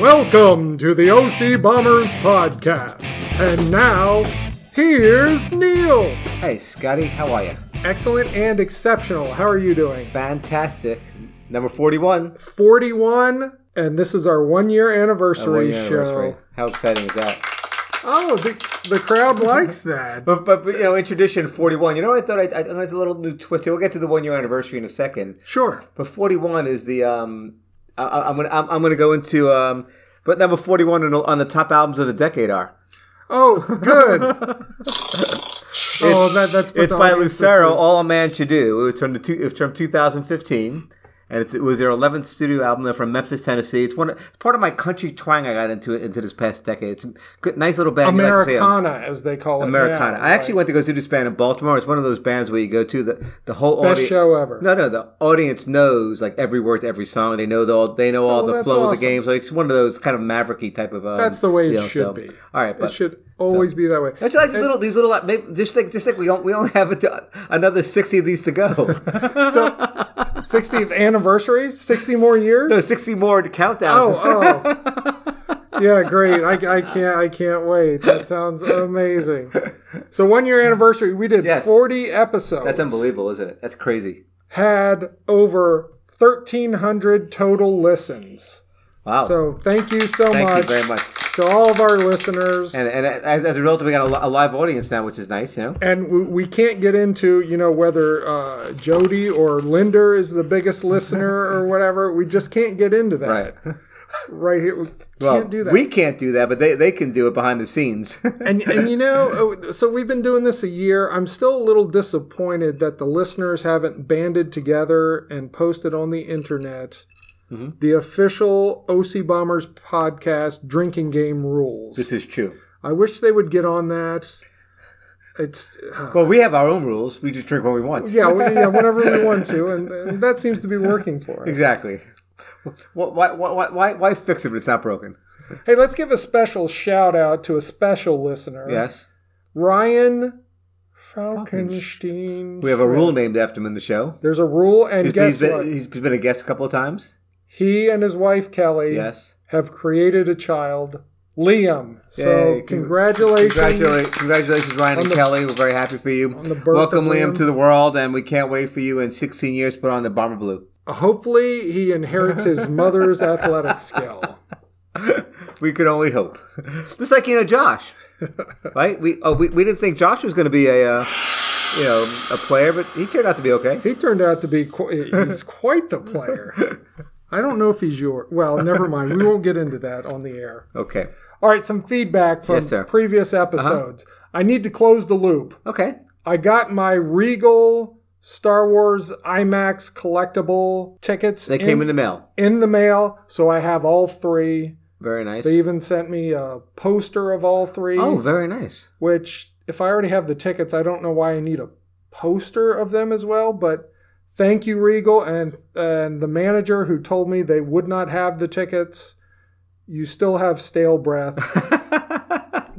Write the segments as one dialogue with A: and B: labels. A: Welcome to the OC Bombers podcast. And now, here's Neil.
B: Hey, Scotty, how are you?
A: Excellent and exceptional. How are you doing?
B: Fantastic. Number 41.
A: 41, and this is our one year
B: Our one-year
A: anniversary show.
B: anniversary. How exciting is that?
A: Oh, the, the crowd likes that.
B: But, but, but, you know, in tradition, 41. You know what I thought? I, I, I thought a little new twist here. We'll get to the one year anniversary in a second.
A: Sure.
B: But 41 is the. um I- I, I'm going to I'm, I'm gonna go into. um But number 41 on, the- on the top albums of the decade are.
A: Oh, good. oh, that, that's what
B: It's
A: the
B: by
A: audience is
B: Lucero,
A: saying.
B: All a Man Should Do. It was from, the two, it was from 2015. And it's, it was their 11th studio album. They're from Memphis, Tennessee. It's one of, it's part of my country twang I got into it into this past decade. It's a good, nice little band. You like to see 'em.
A: Americana, as they call it.
B: Americana.
A: now,
B: I actually
A: right.
B: went to go see this band in Baltimore. It's one of those bands where you go to the the whole
A: Best
B: audi-
A: show ever.
B: No, no, the audience knows like every word to every song. They know the all they know all
A: well,
B: the
A: Oh, that's
B: flow of
A: awesome.
B: the game. So it's one of those kind of mavericky type of. Um,
A: That's the way it
B: deal.
A: should
B: So,
A: be.
B: All right, but
A: it should always be that way.
B: Don't you like these little these little like, maybe, just think just think we don't we only have it to, another sixty of these to go.
A: So, 60th anniversaries, 60 more years.
B: no, sixty more to countdown.
A: Oh, oh. yeah, great. I, I can't I can't wait. That sounds amazing. So one year anniversary, we did
B: Yes.
A: 40 episodes.
B: That's unbelievable, isn't it? That's crazy.
A: Had over 1300 total listens.
B: Wow.
A: So thank you so
B: Thank
A: much
B: you very much.
A: to all of our listeners.
B: And, and as, as a result, we got a, li- a live audience now, which is nice, you know.
A: and we, we can't get into you know whether uh, Jody or Linder is the biggest listener or whatever. We just can't get into that right, here. We can't
B: Well,
A: do that.
B: We can't do that, but they, they can do it behind the scenes.
A: and and you know, uh, so we've been doing this a year. I'm still a little disappointed that the listeners haven't banded together and posted on the internet the official OC Bombers podcast drinking game rules.
B: this is true.
A: I wish they would get on that. It's
B: Well, we have our own rules. We just drink what we want.
A: yeah, we, yeah, whenever we want to, and, and that seems to be working for us.
B: Exactly. Wh- Why, why, why- why, why fix it if it's not broken?
A: Hey, let's give a special shout out to a special listener,
B: Yes.
A: Ryan Falkenstein.
B: We have a rule named after him in the show.
A: There's a rule, and guess
B: he's been,
A: what?
B: He's been a guest a couple of times.
A: He and his wife Kelly
B: Yes.
A: have created a child, Liam. So
B: Yay, con-
A: congratulations.
B: Congratulations, congratulations Ryan and
A: the-
B: Kelly. We're very happy for you.
A: the birth
B: Welcome,
A: of
B: Liam,
A: Liam.
B: to the world, and we can't wait for you in 16 years to put on the Bomber Blue.
A: Hopefully he inherits his mother's athletic skill.
B: We could only hope. Just like you know, Josh, right? We oh, we, we didn't think Josh was going to be a uh, you know a player, but he turned out to be okay.
A: He turned out to be qu- he's quite the player. I don't know if he's your well, never mind. We won't get into that on the air.
B: Okay,
A: All right, some feedback from
B: Yes, sir. Uh-huh.
A: previous episodes. I need to close the loop.
B: okay.
A: I got my Regal Star Wars IMAX collectible tickets.
B: They came in the mail.
A: in the mail, so I have all three.
B: Very nice.
A: They even sent me a poster of all three.
B: Oh, very nice.
A: which if I already have the tickets, I don't know why I need a poster of them as well. But thank you, Regal, and and the manager who told me they would not have the tickets. You still have stale breath.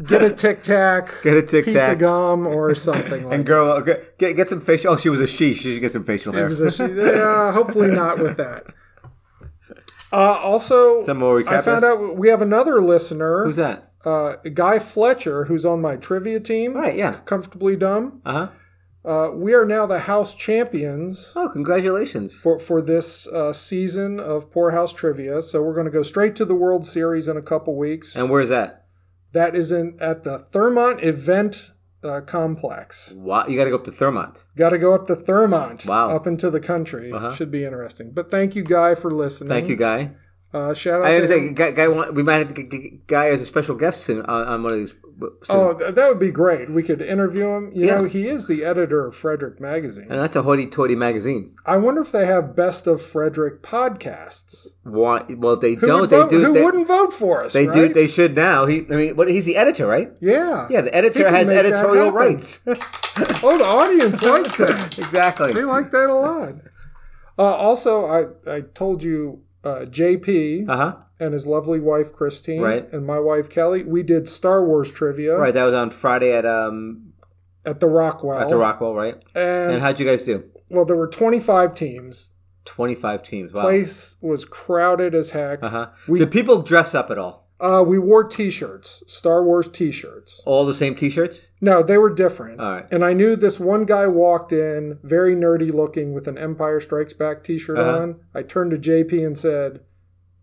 A: Get a tic tac,
B: Get a Tic
A: piece
B: Tac.
A: of gum, or something like.
B: And girl, okay, get get some facial. Oh, she was a she. She should get some facial hair.
A: that. yeah, hopefully not with that. Uh, also,
B: Some more
A: I
B: recappers?
A: found out we have another listener.
B: Who's that?
A: uh, Guy Fletcher, who's on my trivia team,
B: Right. Yeah.
A: comfortably dumb.
B: Uh huh.
A: Uh, we are now the house champions
B: Oh, congratulations.
A: for for this uh, season of Poorhouse Trivia. So we're going to go straight to the World Series in a couple weeks.
B: And where's that?
A: that is in at the Thermont Event uh, Complex.
B: Wow, you got to go up to Thermont.
A: Got to go up to Thermont,
B: Wow. Uh-huh.
A: up into the country. Should be interesting. But thank you, Guy, for listening.
B: Thank you, guy.
A: Uh, shout out.
B: I
A: to
B: understand.
A: him.
B: Guy, guy, want- we might have to get guy as a special guest soon on, on one of these. soon.
A: Oh, th- that would be great. We could interview him. You
B: Yeah.
A: know, he is the editor of Frederick Magazine.
B: And that's a hoity-toity magazine.
A: I wonder if they have best of Frederick podcasts.
B: Why? Well, they
A: Who
B: don't.
A: would
B: They
A: vote-
B: do.
A: Who
B: they,
A: wouldn't vote for us?
B: They
A: right?
B: do. They should now. He. I mean, what? He's the editor, right?
A: yeah.
B: Yeah, the
A: He
B: editor
A: can
B: has
A: make that
B: editorial
A: happen.
B: rights.
A: Oh, the audience likes that.
B: exactly.
A: They like that a lot. Uh, also, I I told you uh, JP
B: Uh huh.
A: and his lovely wife Christine
B: Right.
A: and my wife Kelly. We did Star Wars trivia
B: Right. That was on Friday at um
A: at the Rockwell. Oh.
B: at the Rockwell, right?
A: and,
B: And how'd you guys do?
A: well, there were twenty five teams.
B: 25 teams. Wow.
A: Place was crowded as heck.
B: Uh-huh.
A: We-
B: Did people dress up at all?
A: Uh, we wore T-shirts, Star Wars T-shirts.
B: All the same T-shirts?
A: No, they were different.
B: All right.
A: And I knew this one guy walked in, very nerdy looking, with an Empire Strikes Back T-shirt
B: Uh-huh.
A: on. I turned to JP and said,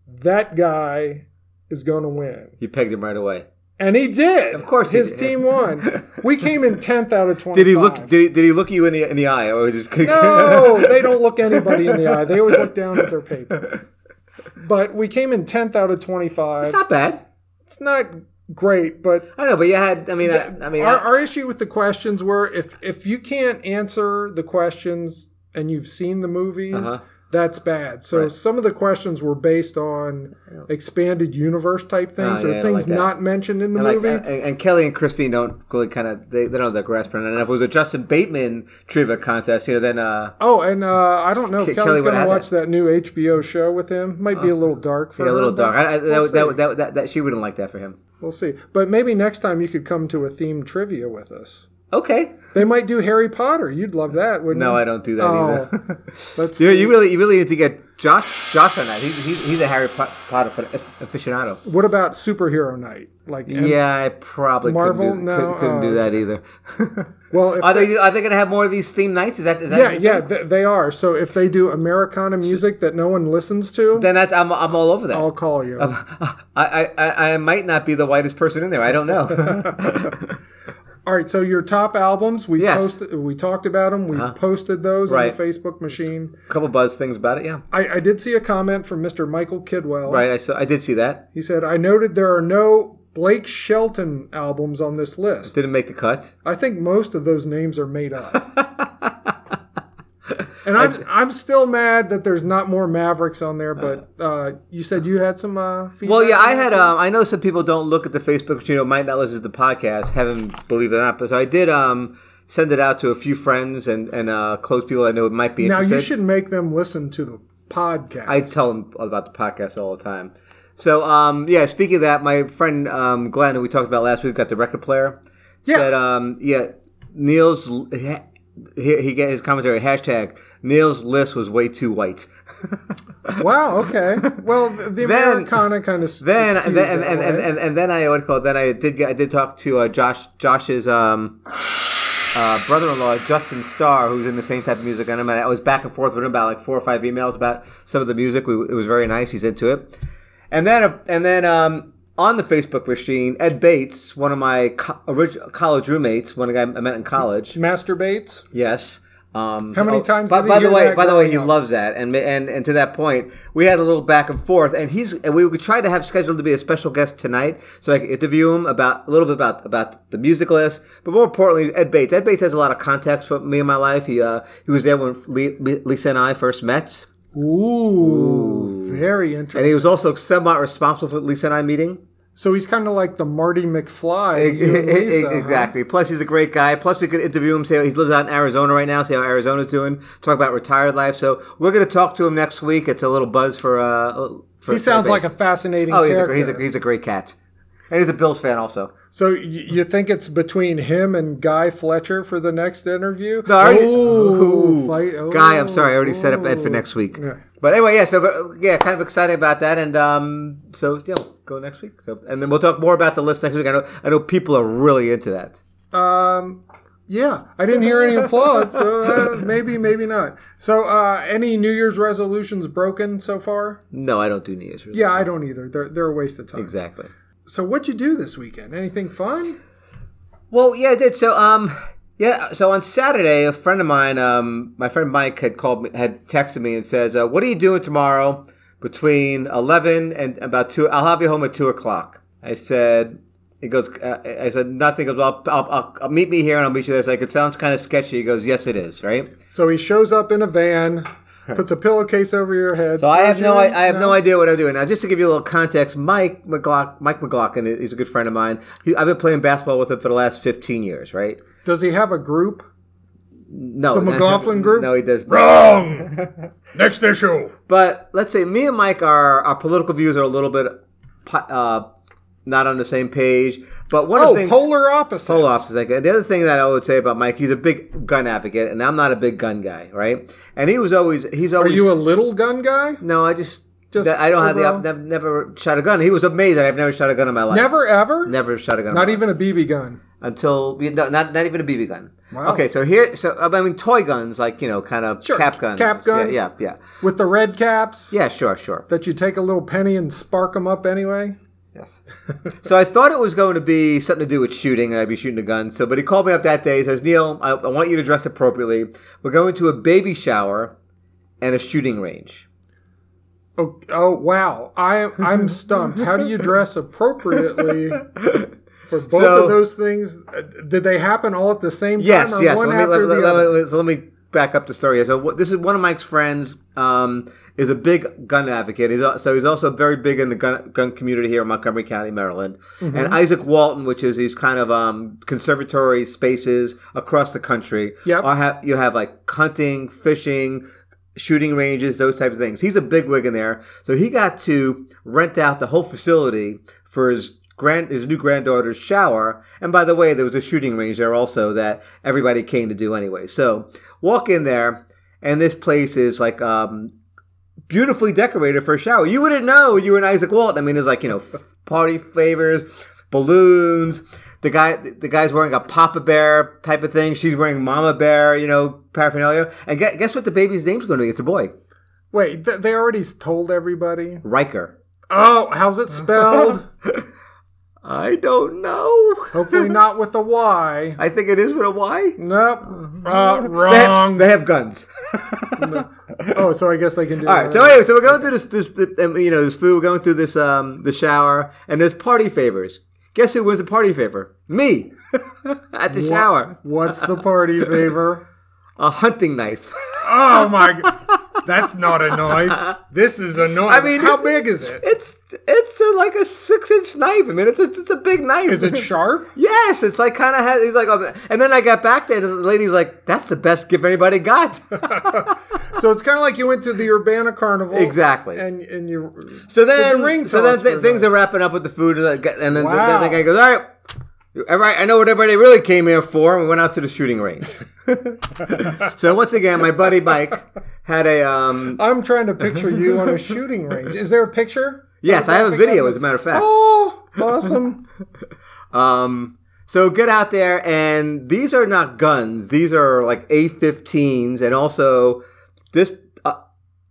A: "That guy is going to win,"
B: You pegged him right away.
A: and he did.
B: Of course he
A: his
B: did.
A: team won. we came in tenth out of twenty.
B: Did he look? Did he, did he look you in the in the eye, or just?
A: No, they don't look anybody in the eye. They always look down at their paper. But we came in tenth out of twenty-five.
B: It's not bad.
A: It's not great, but
B: I know, but you had. I mean, I, I mean,
A: our,
B: I-
A: our issue with the questions were if if you can't answer the questions and you've seen the movies that's bad so
B: Uh-huh. Right.
A: some of the questions were based on expanded universe type things
B: Oh,
A: or
B: yeah, I
A: things
B: like that.
A: not mentioned in the
B: and like,
A: movie
B: and, and Kelly and Christine don't really kind of they, they don't have the grasp on it. And if it was a Justin Bateman trivia contest, you know, then uh,
A: oh and uh, i don't know if
B: Ke-
A: kelly's
B: Kelly would've
A: gonna
B: had
A: watch that. new hbo show with him might be a little dark for
B: yeah, a
A: her,
B: little
A: but
B: dark. I, I, that,
A: we'll
B: would- that,
A: see.
B: would- that, would- that, that she wouldn't like that for him.
A: we'll see but maybe next time you could come to a themed trivia with us
B: Okay,
A: they might do harry potter you'd love that wouldn't
B: no,
A: you
B: I don't do that
A: Oh.
B: either.
A: let's
B: you,
A: see.
B: you really, you really need to get Josh, Josh on that. He's, he's, he's a Harry Po- Potter fa- aficionado.
A: what about superhero night like
B: yeah, I probably
A: Marvel?
B: couldn't do,
A: No,
B: couldn't, couldn't
A: oh,
B: do that either.
A: well if
B: are they are they going to have more of these themed nights? Is that is that
A: Yeah, yeah, th- they are. So if they do Americana music that no one listens to,
B: Then that's I'm, I'm all over that.
A: I'll call you.
B: I, I, I I might not be the whitest person in there. I don't know.
A: All right. So your top albums, we
B: Yes. Uh-huh.
A: posted, we talked about them. We posted those
B: Right.
A: on the Facebook machine.
B: a couple buzz things about it. Yeah,
A: I, I did see a comment from Mr. Michael Kidwell.
B: right. I saw, I did see that.
A: He said, "I noted there are no Blake Shelton albums on this list.
B: Didn't make the cut.
A: I think most of those names are made up." And I'm, I'm still mad that there's not more Mavericks on there, but uh, you said you had some uh, feedback.
B: Uh-huh. Well, yeah, I
A: on that?
B: had. Um, I know some people don't look at the Facebook, you know, might not listen to the podcast. Haven't believe it or not, but so I did um, send it out to a few friends and and uh, close people I know it might be
A: Now
B: interested.
A: you should make them listen to the podcast.
B: I tell them about the podcast all the time. So, um, yeah, speaking of that, my friend um, Glenn, who we talked about last week, got the record player.
A: Yeah.
B: Said, um, yeah, Neil's, he, he got his commentary, hashtag, Neil's list was way too white.
A: wow. Okay. Well, the, the
B: Then-
A: Americana kind of
B: Then, and then, and, and, and, and, then I, what do you call it, then I did get, I did talk to uh, Josh, Josh's, um, uh, brother-in-law Justin Starr, who's in the same type of music, and I was back and forth with him about like four or five emails about some of the music. We, it was very nice. He's into it. And then, and then um, on the Facebook machine, Ed Bates, one of my co- orig- college roommates, one guy I met in college.
A: masturbates.
B: Yes. Um,
A: How many times
B: By,
A: did he
B: by the
A: hear
B: way,
A: that
B: by the way, he
A: growing up?
B: loves that, and and and to that point, we had a little back and forth, and he's and we would try to have scheduled to be a special guest tonight, so I could interview him about a little bit about about the music list, but more importantly, Ed Bates. Ed Bates has a lot of contacts for me in my life. He uh, he was there when Le- Le- Lisa and I first met,
A: Ooh, very
B: and
A: interesting.
B: he was also somewhat responsible for Lisa and I meeting.
A: so he's kind of like the Marty McFly. you and Lisa, huh?
B: E-, exactly. Plus, he's a great guy. Plus, we could interview him. Say he lives out in Arizona right now. See how Arizona's doing. Talk about retired life. So we're going to talk to him next week. It's a little buzz for. Uh, for
A: He sounds
B: for
A: like a
B: Bates.
A: fascinating
B: oh, he's a,
A: character.
B: he's a he's a great cat, and he's a Bills fan also.
A: so y- you think it's between him and Guy Fletcher for the next interview?
B: No, I already-
A: oh,
B: Ooh.
A: fight, oh,
B: Guy, I'm sorry, I already set up Ed for next week.
A: Yeah.
B: But anyway, yeah, so uh, yeah, kind of excited about that, and um, so yeah, we'll go next week. So, and then we'll talk more about the list next week. I know, I know people are really into that.
A: Um, yeah, I didn't hear any applause, so uh, maybe, maybe not. So, uh, any New Year's resolutions broken so far?
B: No, I don't do New Year's. resolutions.
A: Yeah, I don't either. They're, they're a waste of time.
B: exactly.
A: So, what'd you do this weekend? Anything fun?
B: Well, yeah, I did. So, um, yeah, so on Saturday, a friend of mine, um, my friend Mike had called me, had texted me and says, uh, "What are you doing tomorrow between eleven and about two? I'll have you home at two o'clock." I said. He goes. Uh, I said nothing. He goes. Well, I'll, I'll, I'll meet me here and I'll meet you there. It's like it sounds kind of sketchy. He goes. Yes, it is. Right.
A: So, he shows up in a van, puts a pillowcase over your head.
B: So I have no,
A: idea.
B: I, I have no idea what I'm doing now. Just to give you a little context, Mike McLaughlin, Mike McLaughlin, he's a good friend of mine. He, I've been playing basketball with him for the last 15 years. Right.
A: Does he have a group?
B: No,
A: The
B: not-
A: McLaughlin group?
B: No, he does. not.
A: Wrong! next issue.
B: But let's say me and Mike, our, our political views are a little bit po- uh, not on the same page. But one of
A: Oh,
B: the things
A: polar opposites.
B: Polar opposites. Like the other thing that I would say about Mike, he's a big gun advocate, and I'm not a big gun guy, right? And he was always he's
A: Are
B: always
A: you a little gun guy?
B: no, I just.
A: Just
B: that- I don't have the
A: overall?
B: op- never, never shot a gun. He was amazed that I've never shot a gun in my life.
A: Never ever?
B: never shot a gun. in my
A: Not
B: life.
A: even a BB gun.
B: until you know, not not even a BB gun.
A: Wow.
B: Okay, so here, so I mean, toy guns, like you know, kind of
A: Sure,
B: cap guns,
A: cap gun.
B: yeah, yeah, yeah,
A: With the red caps
B: yeah, sure, sure.
A: that you take a little penny and spark them up anyway.
B: Yes. so I thought it was going to be something to do with shooting. and I'd be shooting a gun. So, but he called me up that day. He says, Neil, I, I want you to dress appropriately. We're going to a baby shower and a shooting range.
A: Oh, oh wow. I, I'm stumped. How do you dress appropriately for both
B: So-
A: of those things? Uh, Did they happen all at the same
B: Yes,
A: time? or
B: yes.
A: One
B: Let me,
A: after
B: let,
A: the
B: let-
A: other?
B: let- let- so let me back up the story. So what, this is one of Mike's friends. Um, is a big gun advocate. He's al- so he's also very big in the gun, gun community here in Montgomery County, Maryland.
A: Mm-hmm.
B: And Isaac Walton, which is these kind of um, conservatory spaces across the country.
A: Yep.
B: Are have, you have like hunting, fishing, shooting ranges, those types of things. He's a bigwig in there, so he got to rent out the whole facility for his grand his new granddaughter's shower. And by the way, there was a shooting range there also that everybody came to do anyway. So walk in there, and this place is like um, beautifully decorated for a shower. You wouldn't know you were an Isaac Walton. I mean, it's like you know, f- party favors, balloons. The guy, the guy's wearing a Papa Bear type of thing. She's wearing Mama Bear, you know, paraphernalia. And guess, guess what? The baby's name's going to be? It's a boy,
A: Wait, th- they already s- told everybody?
B: Riker.
A: Oh, how's it spelled?
B: I don't know.
A: Hopefully not with a Y.
B: I think it is with a Y.
A: Nope. Uh,
B: They have,
A: wrong.
B: they have guns.
A: Oh, so I guess they can do
B: All right.
A: that.
B: So anyway, so we're going through this, this, this um, you know, this food. We're going through this, um, the shower, and there's party favors. Guess who wins the party favor? Me, at the shower.
A: What's the party favor?
B: A hunting knife.
A: Oh my! g- That's not a knife. This is a knife.
B: I mean,
A: how
B: it-
A: big is it?
B: It's it's a, like a six inch knife. I mean, it's a, it's a big knife.
A: Is it sharp?
B: Yes, it's like kind of has. He's like, oh, and then I got back there, and the lady's like, "That's the best gift anybody got."
A: So it's kind of like you went to the Urbana Carnival,
B: Exactly.
A: and and you.
B: So then,
A: the ring
B: so then
A: toss
B: th-
A: for
B: things
A: that.
B: are wrapping up with the food, and the guy- and then the-
A: Wow.
B: the, guy goes, "All right." All right, I know what everybody really came here for. and We went out to the shooting range. so once again, my buddy Mike had a um,
A: I'm trying to picture you on a shooting range. Is there a picture?
B: yes, I have a video as a matter of fact.
A: Oh, awesome!
B: Um, so get out there, and these are not guns. These are like A15s, and also this. Uh,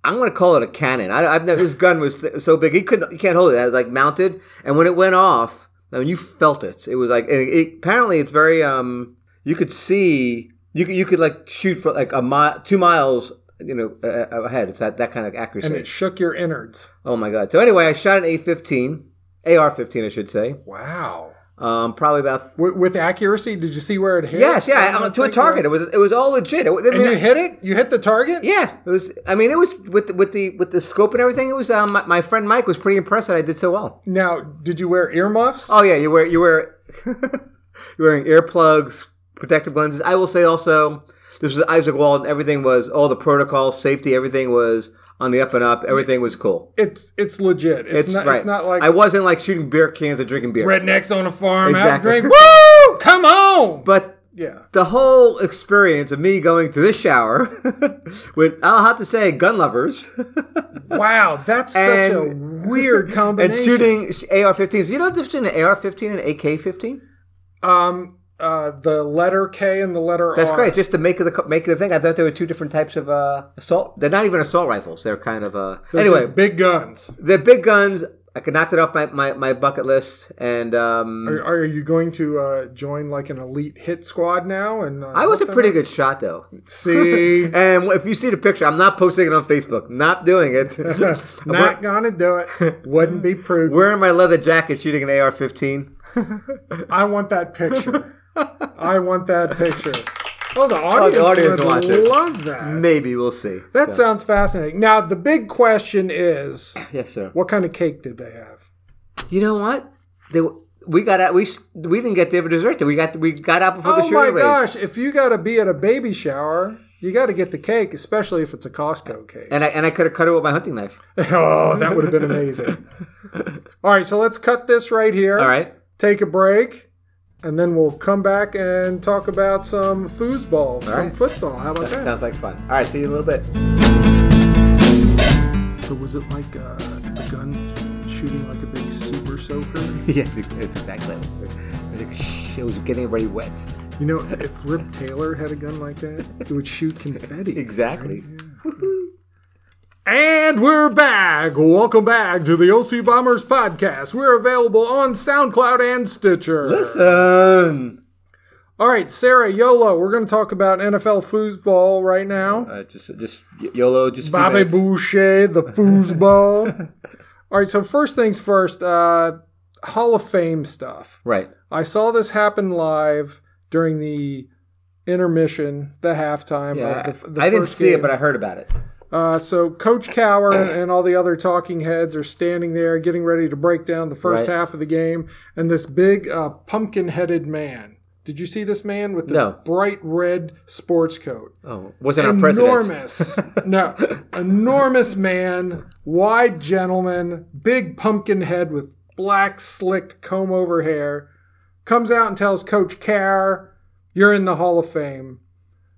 B: I'm going to call it a cannon. I, I've never. This gun was so big he couldn't. You can't hold it. It was like mounted, and when it went off, I mean, you felt it. It was like and it, apparently it's very. Um, you could see. You could, you could like shoot for like a mile, two miles. You know, uh, ahead. It's that that kind of accuracy.
A: And it shook your innards.
B: oh my god! So anyway, I shot an A15, AR15, I should say.
A: Wow.
B: Um, probably about
A: With, with accuracy, did you see where it hit?
B: Yes,
A: I
B: yeah,
A: don't
B: uh, to a
A: think
B: target. It
A: you're-
B: was it was all legit. It, was- I mean,
A: And you hit it. You hit the target.
B: yeah, it was. I mean, it was with the, with the with the scope and everything. It was. Um, my, my friend Mike was pretty impressed that I did so well.
A: Now, did you wear earmuffs?
B: Oh yeah, you wear you wear you're wearing earplugs, protective lenses. I will say also, this was Isaac Walden. Everything was all the protocol, safety. Everything was on the up and up. Everything was cool.
A: It's it's legit. It's,
B: It's
A: not.
B: right.
A: It's not like
B: I wasn't like shooting beer cans and drinking beer.
A: rednecks on a farm out
B: Exactly.
A: drink. Woo! Come on.
B: But
A: yeah.
B: the whole experience of me going to this shower with I'll have to say gun lovers.
A: Wow, that's such a
B: And-
A: weird
B: and
A: combination.
B: shooting AR-15s. You know the difference between an AR-15 and AK-15?
A: um, uh, the letter K and the letter
B: That's
A: R.
B: great. Just the make of the co- make of the thing. I thought there were two different types of uh, assault. They're not even assault rifles. They're kind of uh. anyway,
A: Just big guns.
B: they're big guns. I could knock it off my, my, my bucket list, and um,
A: Are, are you going to uh, join like an elite hit squad now? And uh,
B: I was a pretty good shot though.
A: see.
B: And if you see the picture, I'm not posting it on Facebook. Not doing it. I'm
A: Not gonna do it. Wouldn't be prudent.
B: wearing my leather jacket, shooting an AR-15.
A: I want that picture. I want that picture. Oh, the audience,
B: audience
A: would
B: wants it.
A: love that.
B: Maybe we'll see.
A: That sounds fascinating. Now, the big question is,
B: Yes, sir.
A: what kind of cake did they have?
B: You know what? They, we got out. We sh- we didn't get to have a dessert. though. We got we got out before the
A: Oh
B: shooting
A: my
B: range.
A: gosh! If you got to be at a baby shower, You got to get the cake, especially if it's a Costco cake.
B: And I and I could have cut it with my hunting knife.
A: oh, that would have been amazing. All right, so let's cut this right here.
B: All right.
A: Take a break, and then we'll come back and talk about some foosball, some
B: right.
A: football. How about
B: That
A: that?
B: sounds like fun. All right, see you in a little bit.
A: So was it like uh, a gun shooting like a big super soaker?
B: yes, it's, it's exactly. It was, it was getting everybody wet.
A: You know, if Rip Taylor had a gun like that, it would shoot confetti.
B: Exactly.
A: And we're back. Welcome back to the OC Bombers podcast. We're available on SoundCloud and Stitcher.
B: Listen.
A: All right, Sarah Yolo, we're going to talk about NFL foosball right now.
B: Uh, just just YOLO. Just a few
A: Bobby
B: minutes.
A: Boucher, the foosball. All right, so first things first, uh, Hall of Fame stuff.
B: Right.
A: I saw this happen live during the intermission, the halftime
B: Yeah,
A: of the, the
B: I didn't
A: first
B: see
A: game.
B: it, but I heard about it.
A: Uh, so Coach Cower and all the other talking heads are standing there, getting ready to break down the first
B: Right.
A: half of the game, and this big uh, pumpkin-headed man. Did you see this man with this
B: No.
A: bright red sports coat?
B: Oh, wasn't our president?
A: enormous, no, enormous man, wide gentleman, big pumpkin head with black slicked comb over hair, comes out and tells Coach Carr, "You're in the Hall of Fame."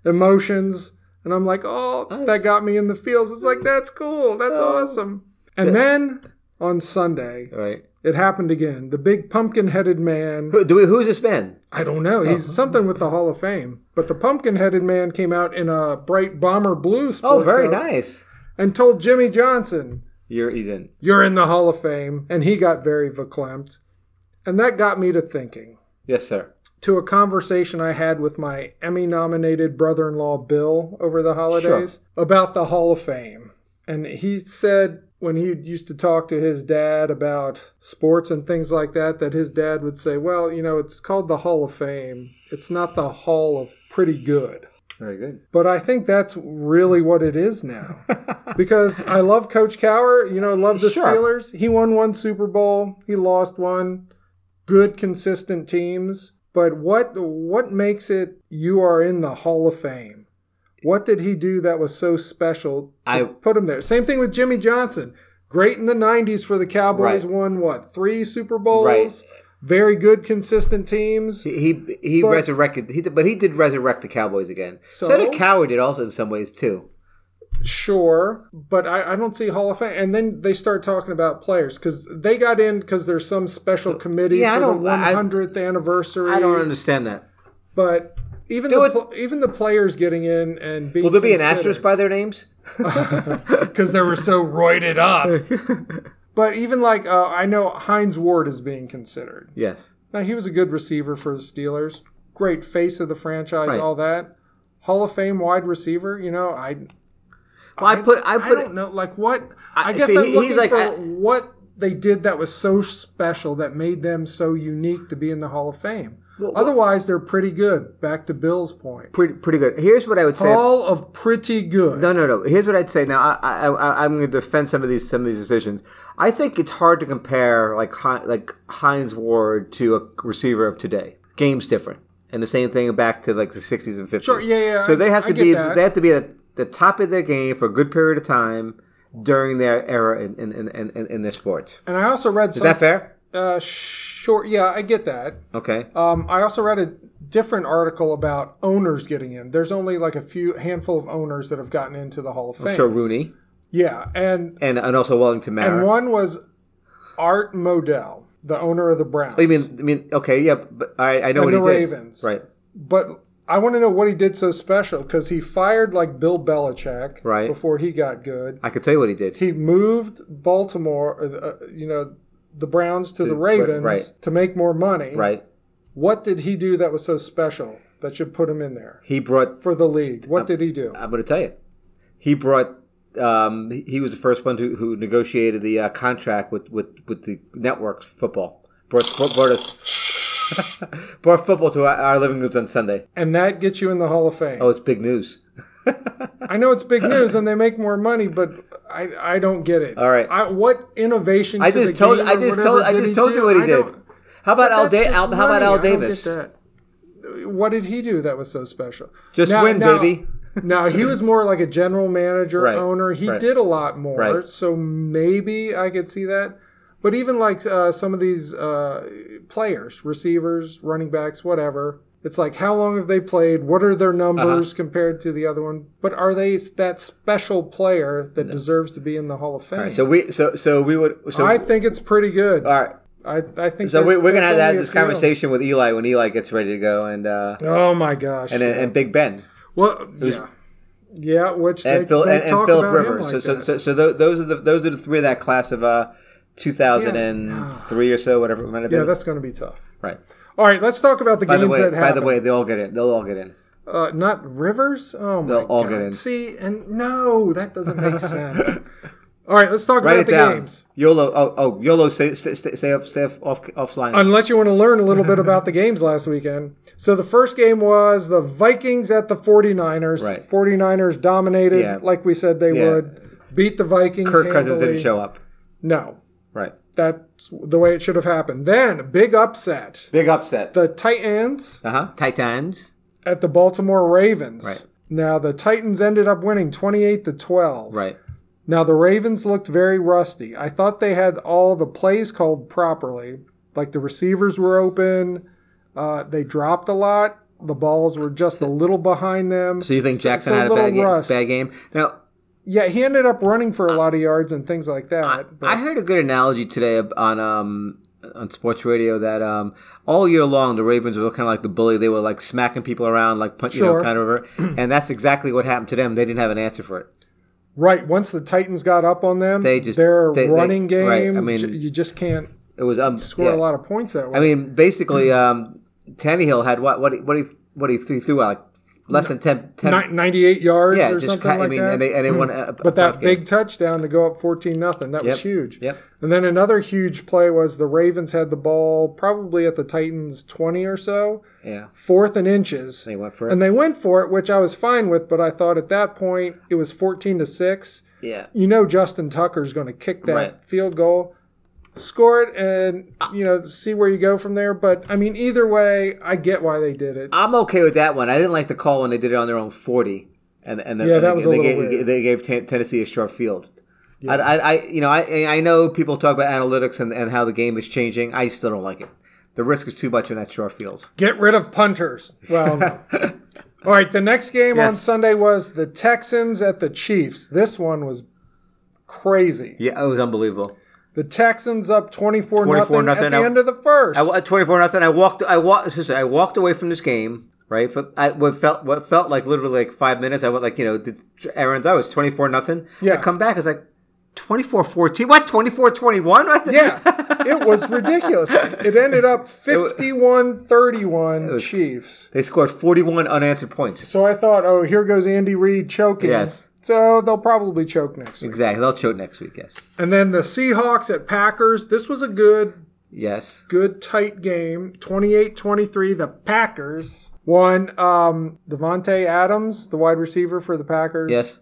A: Emotions, and I'm like, "Oh, that got me in the feels." It's like that's cool, that's awesome. And then on Sunday,
B: Right.
A: it happened again. The big pumpkin headed man.
B: Who, do we, who's this man?
A: I don't know. He's
B: Oh.
A: something with the Hall of Fame. But the pumpkin headed man came out in a bright bomber blue sport
B: Oh, very
A: coat
B: nice.
A: and told Jimmy Johnson,
B: You're he's in.
A: You're in the Hall of Fame. And he got very verklempt. And that got me to thinking
B: Yes, sir.
A: to a conversation I had with my Emmy nominated brother in law Bill over the holidays about the Hall of Fame. And he said when he used to talk to his dad about sports and things like that, that his dad would say, Well, you know, it's called the Hall of Fame, it's not the Hall of Pretty Good.
B: Very good.
A: But I think that's really what it is now. because I love Coach Cower. You know, I love the
B: Sure.
A: Steelers. He won one Super Bowl, he lost one. Good, consistent teams. But what what makes it you are in the Hall of Fame? What did he do that was so special to
B: I-
A: put him there? Same thing with Jimmy Johnson. Great in the 90s for the Cowboys,
B: Right.
A: won what, three Super Bowls?
B: Right.
A: Very good, consistent teams.
B: He he, he
A: But-
B: resurrected. He did, but he did resurrect the Cowboys again. So,
A: So?
B: did Coward did also in some ways too.
A: Sure, but I, I don't see Hall of Fame. And then they start talking about players because they got in because there's some special committee
B: Yeah,
A: for
B: I don't-
A: the
B: I-
A: 100th anniversary.
B: I don't understand that.
A: But even
B: Do
A: the
B: it-
A: pl- even the players getting in and being
B: Will there be an asterisk by their names?
A: because they were so roided up. but even like uh, I know Heinz Ward is being considered.
B: Yes.
A: Now he was a good receiver for the Steelers, great face of the franchise,
B: Right.
A: all that. Hall of Fame wide receiver, you know, I
B: Well, I, put I
A: I
B: put
A: don't know, like what? I,
B: I-
A: guess
B: see,
A: I'm
B: he-
A: looking
B: he's like,
A: for
B: I-
A: what they did that was so special that made them so unique to be in the Hall of Fame. Otherwise, they're pretty good. Back to Bill's point,
B: pretty pretty good. Here's what I would say.
A: all of pretty good.
B: No, no, no. Here's what I'd say. Now, I, I, I, I'm going to defend some of these some of these decisions. I think it's hard to compare like Hi- like Heinz Ward to a receiver of today. Game's different, and the same thing back to like the 60s and 50s.
A: Sure, yeah, yeah,
B: So
A: I-
B: they have
A: I
B: to
A: get
B: be
A: that.
B: they have to be at the top of their game for a good period of time during their era in in, in, in, in their sports.
A: And I also read
B: Is that fair?
A: uh, short. Yeah, I get that.
B: Okay.
A: Um, I also read a different article about owners getting in. There's only like a few handful of owners that have gotten into the Hall of Fame.
B: so Rooney
A: Yeah, and
B: and and also Wellington Mara.
A: and one was Art Modell, the owner of the Browns.
B: I Oh, mean, I mean, okay, yeah, but I, I know what
A: the
B: he did.
A: Ravens.
B: Right,
A: But I want to know what he did so special because he fired like Bill Belichick
B: Right.
A: before he got good.
B: I could tell you what he did.
A: He moved Baltimore, or the, uh, you know, the Browns to the
B: right,
A: Ravens
B: right.
A: to make more money.
B: right.
A: What did he do that was so special that should put him in there
B: He brought
A: for the league?
B: Um,
A: What did he do?
B: I'm going to tell you. He brought. Um, he- he was the first one who, who negotiated the uh, contract with, with, with the networks football. Brought, brought, brought us brought football to our, our living rooms on Sunday.
A: And that gets you in the Hall of Fame.
B: Oh, it's big news.
A: I know it's big news and they make more money, but I, I don't get it.
B: All right.
A: I, what innovation?
B: I
A: to the
B: just told
A: game
B: I
A: or
B: just
A: whatever
B: told I
A: did
B: just
A: he
B: told
A: do?
B: you what he
A: I
B: did.
A: don't-
B: How about Al
A: That's
B: da-
A: just
B: Al, How
A: money.
B: about Al
A: I don't
B: Davis?
A: get that. What did he do that was so special?
B: Just
A: Now-
B: win,
A: now,
B: baby.
A: now he was more like a general manager
B: Right,
A: owner. He
B: right.
A: did a lot more,
B: Right.
A: so maybe I could see that. But even like uh, some of these uh, players, receivers, running backs, whatever, it's like how long have they played? What are their numbers
B: Uh-huh.
A: compared to the other one? But are they that special player that deserves to be in the Hall of Fame?
B: All right, so we so so we would so
A: I think it's pretty good.
B: all right.
A: I, I think
B: So we,
A: there's- there's
B: we're gonna have to have
A: only a
B: this
A: few.
B: conversation with Eli when Eli gets ready to go, and uh,
A: Oh my gosh!
B: and and Big Ben
A: well, yeah, yeah, which
B: and
A: they,
B: Phil
A: they
B: and, and
A: talk
B: Philip
A: about him
B: Rivers.
A: like
B: so, so,
A: that.
B: so so tho- those are the those are the three of that class of uh, 2003 or so, whatever it might have
A: yeah,
B: been.
A: that's going to be tough.
B: right.
A: All right, let's talk about the
B: By
A: games
B: the way,
A: that
B: by
A: happen.
B: the way, they all get in. They'll all get in.
A: uh, not Rivers. Oh my
B: They'll all
A: God.
B: get in.
A: See, and no, that doesn't make sense. All right, let's talk
B: Write
A: about
B: it
A: the
B: down.
A: games.
B: YOLO. Oh, oh, YOLO. Stay, stay, stay, stay off, stay off, off, offline.
A: Unless you want to learn a little bit about the games last weekend. So the first game was the Vikings at the 49ers.
B: Right.
A: 49ers dominated
B: Yeah.
A: like we said they
B: Yeah.
A: would. Beat the Vikings.
B: Kirk Cousins didn't
A: handily.
B: show up.
A: No.
B: Right.
A: That's the way it should have happened. Then, big upset.
B: Big upset.
A: The Titans
B: Uh huh. Titans.
A: at the Baltimore Ravens.
B: Right.
A: Now the Titans ended up winning 28 to 12.
B: Right.
A: Now the Ravens looked very rusty. I thought they had all the plays called properly. Like the receivers were open. Uh, they dropped a lot. The balls were just a little behind them.
B: So you think Jackson
A: so
B: had a
A: little
B: bad game,
A: rust.
B: bad Uh, game? Now,
A: yeah, he ended up running for a lot of yards and things
B: uh,
A: like that. But
B: I heard a good analogy today ab- on um on sports radio that um all year long the Ravens were kind of like the bully. They were like smacking people around, like punch, you
A: Sure.
B: know, kind of. And that's exactly what happened to them. They didn't have an answer for it.
A: right once the Titans got up on them,
B: They just-
A: their
B: they- they-
A: running game.
B: right, I mean-
A: j- you just can't
B: It was um
A: score
B: yeah.
A: a lot of points that way.
B: I mean, basically, um, Tannehill had what what he, what he what he threw, threw out like less than 10, 10
A: Ni- 98 yards
B: um, yeah,
A: or
B: just
A: something
B: ca-
A: like
B: I mean,
A: that. Hmm.
B: and they and they won. A, a
A: But
B: playoff
A: that
B: game.
A: big touchdown to go up 14 nothing, that was
B: Yep.
A: huge.
B: Yep.
A: And then another huge play was the Ravens had the ball probably at the Titans 20 or so,
B: yeah,
A: fourth and inches.
B: they went for it.
A: And they went for it, which I was fine with, but I thought at that point it was 14 to 6.
B: yeah,
A: You know Justin Tucker's going to kick that
B: Right.
A: field goal, score it and you know see where you go from there, but I mean either way, I get why they did it.
B: I'm okay with that one. I didn't like the call when they did it on their own 40, and and, the,
A: Yeah,
B: and
A: that
B: they,
A: was a
B: they
A: little
B: gave,
A: weird.
B: they gave Ten- Tennessee a short field. I, I, I, you know, I, I know people talk about analytics and, and how the game is changing. I still don't like it. The risk is too much in that short field.
A: Get rid of punters. Well, no. all right. The next game on
B: Yes.
A: Sunday was the Texans at the Chiefs. This one was crazy.
B: Yeah, it was unbelievable.
A: The Texans up 24 nothing
B: 24
A: at
B: nothing.
A: the
B: I-
A: end of the first.
B: I wa- 24 nothing. I walked. I walked. I walked away from this game. Right. For, I what felt what felt like literally like five minutes. I went like you know did errands. I was 24 nothing.
A: Yeah.
B: I come back. It's like 24 14. What 24 21?
A: yeah, it was ridiculous. It ended up 51 31 Chiefs.
B: They scored 41 unanswered points.
A: So I thought, oh, here goes Andy Reid choking.
B: Yes.
A: So they'll probably choke next week.
B: Exactly. They'll choke next week. Yes.
A: And then the Seahawks at Packers. This was a good
B: Yes.
A: good tight game 28-23 the packers won um devonte adams the wide receiver for the packers
B: Yes.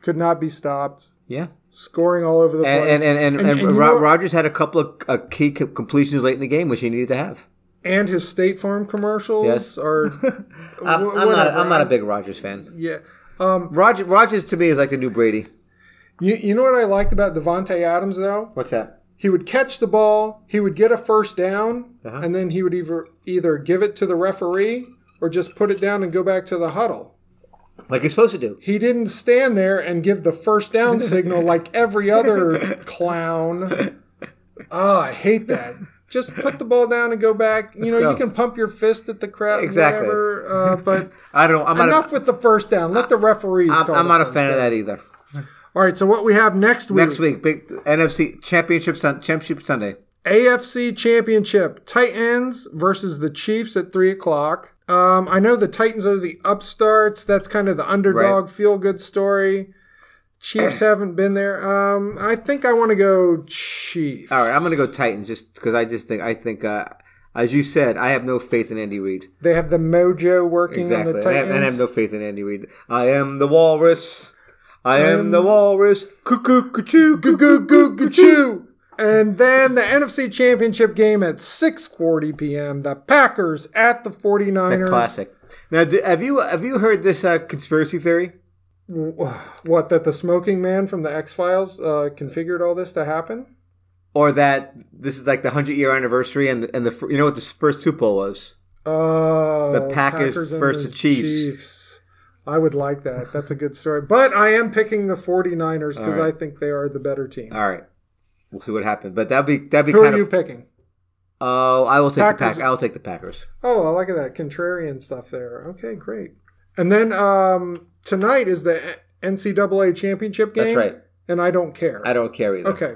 A: could not be stopped
B: Yeah.
A: scoring all over the
B: And
A: place
B: and and, and,
A: and, you
B: Ro-
A: know-
B: Rogers had a couple of uh, key co- completions late in the game, which he needed to have.
A: and his state farm commercials
B: Yes.
A: are
B: I'm,
A: wh-
B: I'm not.
A: whatever.
B: I'm not a big Rogers fan.
A: yeah
B: Roger, Rogers to me is like the new Brady.
A: you, you know what i liked about devonte adams though
B: What's that?
A: he would catch the ball he would get a first down
B: Uh-huh.
A: and then he would either either give it to the referee or just put it down and go back to the huddle
B: Like he's supposed to do.
A: he didn't stand there and give the first down signal like every other clown. Ah, I hate that. Just put the ball down and go back. You know,
B: go.
A: you can pump your fist at the crowd,
B: Exactly.
A: whatever. Uh, but
B: I don't know. I'm not.
A: enough with the first down. Let the referees.
B: A, I'm,
A: call
B: I'm
A: the
B: not a
A: first
B: fan of
A: down.
B: that either.
A: All right, so what we have next week?
B: Next week, big NFC Championship Sun, Championship Sunday.
A: AFC Championship Titans versus the Chiefs at three o'clock. Um, I know the Titans are the upstarts. That's kind of the underdog feel good story. Chiefs haven't been there. Um, I think I want to go Chiefs.
B: All right, I'm going to go Titans just because I just think I think uh, as you said, I have no faith in Andy Reid.
A: They have the mojo working
B: Exactly,
A: on the
B: and I, have,
A: Titans.
B: and I have no faith in Andy Reid. I am the walrus. I am the walrus. Cuckoo, cuckoo,
A: Goo goo goo goo choo. And then the NFC Championship game at 6:40 p.m. The Packers at the 49ers.
B: Classic. Now, do, have you have you heard this uh, conspiracy theory?
A: What that the smoking man from the X Files uh, configured all this to happen?
B: Or that this is like the hundred year anniversary, and and the you know what the first Super Bowl was?
A: Oh,
B: The Packers
A: and
B: versus
A: the
B: Chiefs.
A: I would like that. That's a good story. But I am picking the 49ers because
B: All right.
A: I think they are the better team.
B: All right, we'll see what happens. But that'd be that'd be
A: Who
B: kind
A: are you
B: of.
A: picking?
B: Oh, I will take the
A: Packers.
B: pack. I'll take the Packers.
A: Oh, I like that contrarian stuff there. Okay, great. And then um, tonight is the NCAA championship game.
B: That's right.
A: And I don't care.
B: I don't care either.
A: okay.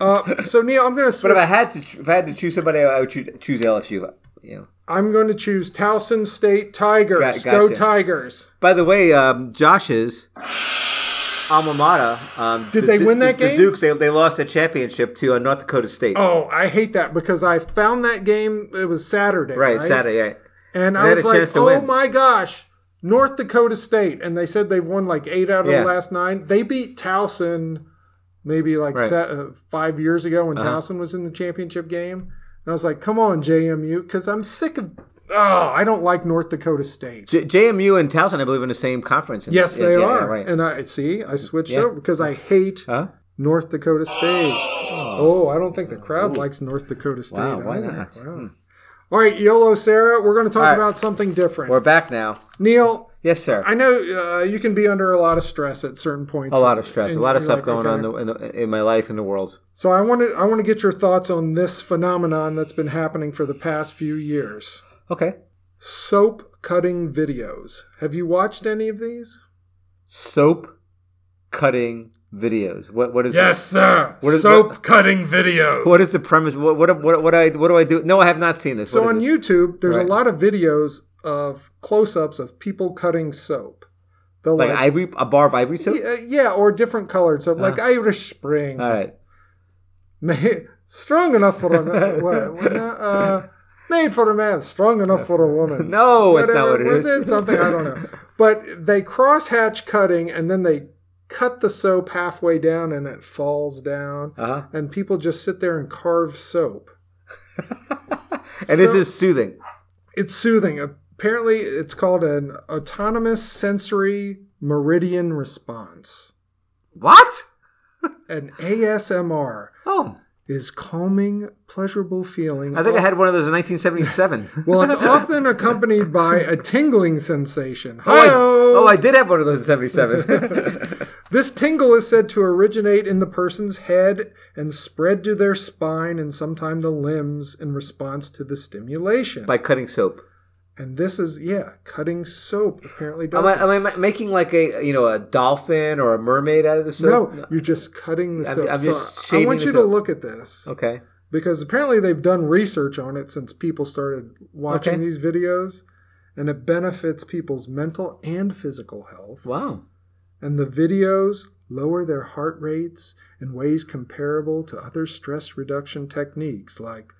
A: uh, so Neil, I'm going to
B: But
A: switch.
B: if I had to, if I had to choose somebody, I would choose, choose LSU. You know.
A: I'm going to choose Towson State Tigers.
B: Got-
A: Go
B: gotcha.
A: Tigers!
B: By the way, um, Josh's alma mater. Um,
A: Did
B: the-
A: they
B: the-
A: win that
B: the,
A: game?
B: The Dukes. They, they lost the championship to uh, North Dakota State.
A: Oh, I hate that because I found that game. It was Saturday,
B: right,
A: right?
B: Saturday. Right.
A: And
B: They
A: I
B: had
A: was
B: a chance
A: like,
B: to
A: oh
B: win."
A: my gosh, North Dakota State. And they said they've won like eight out of
B: Yeah.
A: the last nine. They beat Towson maybe like
B: Right. Uh-huh.
A: se- uh, five years ago when Towson was in the championship game. And I was like, come on, JMU, because I'm sick of, oh, I don't like North Dakota State.
B: J- JMU and Towson, I believe, in the same conference. in-
A: Yes,
B: yeah,
A: they
B: yeah,
A: are.
B: right.
A: And I see, I switched over because I hate
B: huh?
A: North Dakota State. Oh, I don't think the crowd likes North Dakota State.
B: Wow, why
A: either.
B: not? Hmm.
A: Wow. All right, YOLO Sarah, we're going to talk
B: right.
A: about something different.
B: We're back now.
A: Neil,
B: Yes, sir.
A: I know uh, you can be under a lot of stress at certain points.
B: a lot of stress, a lot of
A: you're
B: stuff
A: like,
B: going
A: okay.
B: on in, the, in, the, in my life, in the world.
A: So I want to I want to get your thoughts on this phenomenon that's been happening for the past few years.
B: Okay.
A: Soap cutting videos. Have you watched any of these?
B: Soap cutting videos. What? What is?
A: sir.
B: What is- Soap
A: cutting videos.
B: What is the premise? What? What? What? What, I, what do I do? No, I have not seen this.
A: so
B: What is
A: on
B: it?
A: YouTube, there's
B: Right.
A: a lot of videos of close-ups of people cutting soap. They'll
B: like ivory, a bar of ivory soap. Uh-huh.
A: yeah, yeah, or different colored soap, like Irish Spring.
B: All right.
A: Made, strong enough for a man. uh, made for a man, strong enough for a woman.
B: No, it's not what it
A: was
B: is.
A: it something I don't know. But they cross hatch cutting, and then they cut the soap halfway down, and it falls down.
B: Uh-huh.
A: And people just sit there and carve soap.
B: And this
A: So-
B: is soothing.
A: It's soothing. Apparently, it's called an autonomous sensory meridian response.
B: What?
A: An ASMR
B: Oh,
A: is calming, pleasurable feeling.
B: I think I had one of those in Oh, 1977.
A: Well, it's often accompanied by a tingling sensation.
B: oh, I,
A: Hi-oh!
B: oh, I did have one of those in 77.
A: This tingle is said to originate in the person's head and spread to their spine and sometimes the limbs in response to the stimulation.
B: By cutting soap.
A: and this is, yeah, cutting soap apparently does.
B: Am I,
A: this.
B: am I ma- making like a you know a dolphin or a mermaid out of the soap?
A: no, you're just cutting the
B: I'm-
A: soap.
B: I'm
A: So
B: just
A: I
B: shaving
A: want
B: the
A: you to
B: soap.
A: look at this
B: Okay.
A: because apparently they've done research on it since people started watching
B: Okay.
A: these videos, and it benefits people's mental and physical health.
B: Wow.
A: and the videos lower their heart rates in ways comparable to other stress reduction techniques like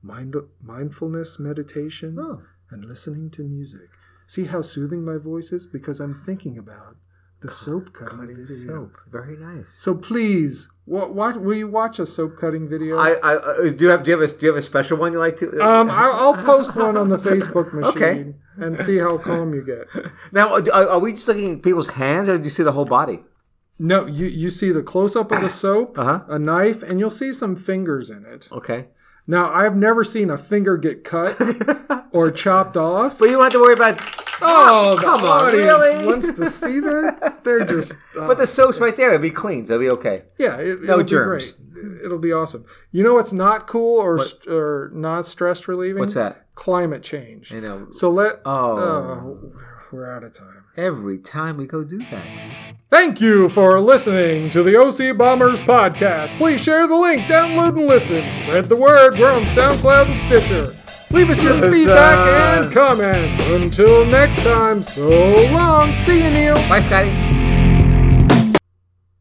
A: mind- mindfulness meditation
B: Oh.
A: and listening to music. See how soothing my voice is because I'm thinking about
B: Oh,
A: the soap cutting,
B: Cutting
A: videos.
B: soap. Very nice.
A: So please, what, what will you watch a soap cutting video?
B: I, I uh, do you have do you have a do you have a special one you like to? uh,
A: um, I'll, I'll post one on the Facebook machine
B: Okay.
A: and see how calm you get.
B: now are, are we just looking at people's hands or do you see the whole body?
A: No, you, you see the close up of the soap,
B: Uh-huh.
A: a knife, and you'll see some fingers in it.
B: Okay.
A: Now, I've never seen a finger get cut or chopped off.
B: But you don't have to worry about.
A: Oh, the
B: come on,
A: audience
B: really?
A: wants to see that. They're just. uh,
B: But the soap's right there. It'll be clean. So it'll be okay.
A: yeah, it,
B: no
A: it'll
B: germs.
A: Be great. It'll be awesome. You know what's not cool or st- or not stress relieving?
B: What's that?
A: Climate change.
B: I know.
A: So let.
B: Oh.
A: oh, we're out of time.
B: Every time we go do that.
A: Thank you for listening to the OC Bombers podcast. Please share the link, download and listen. Spread the word. We're on SoundCloud and Stitcher. Leave us your
B: Yes,
A: feedback
B: sir.
A: and comments. Until next time, so long. See you, Neil.
B: Bye, Scotty.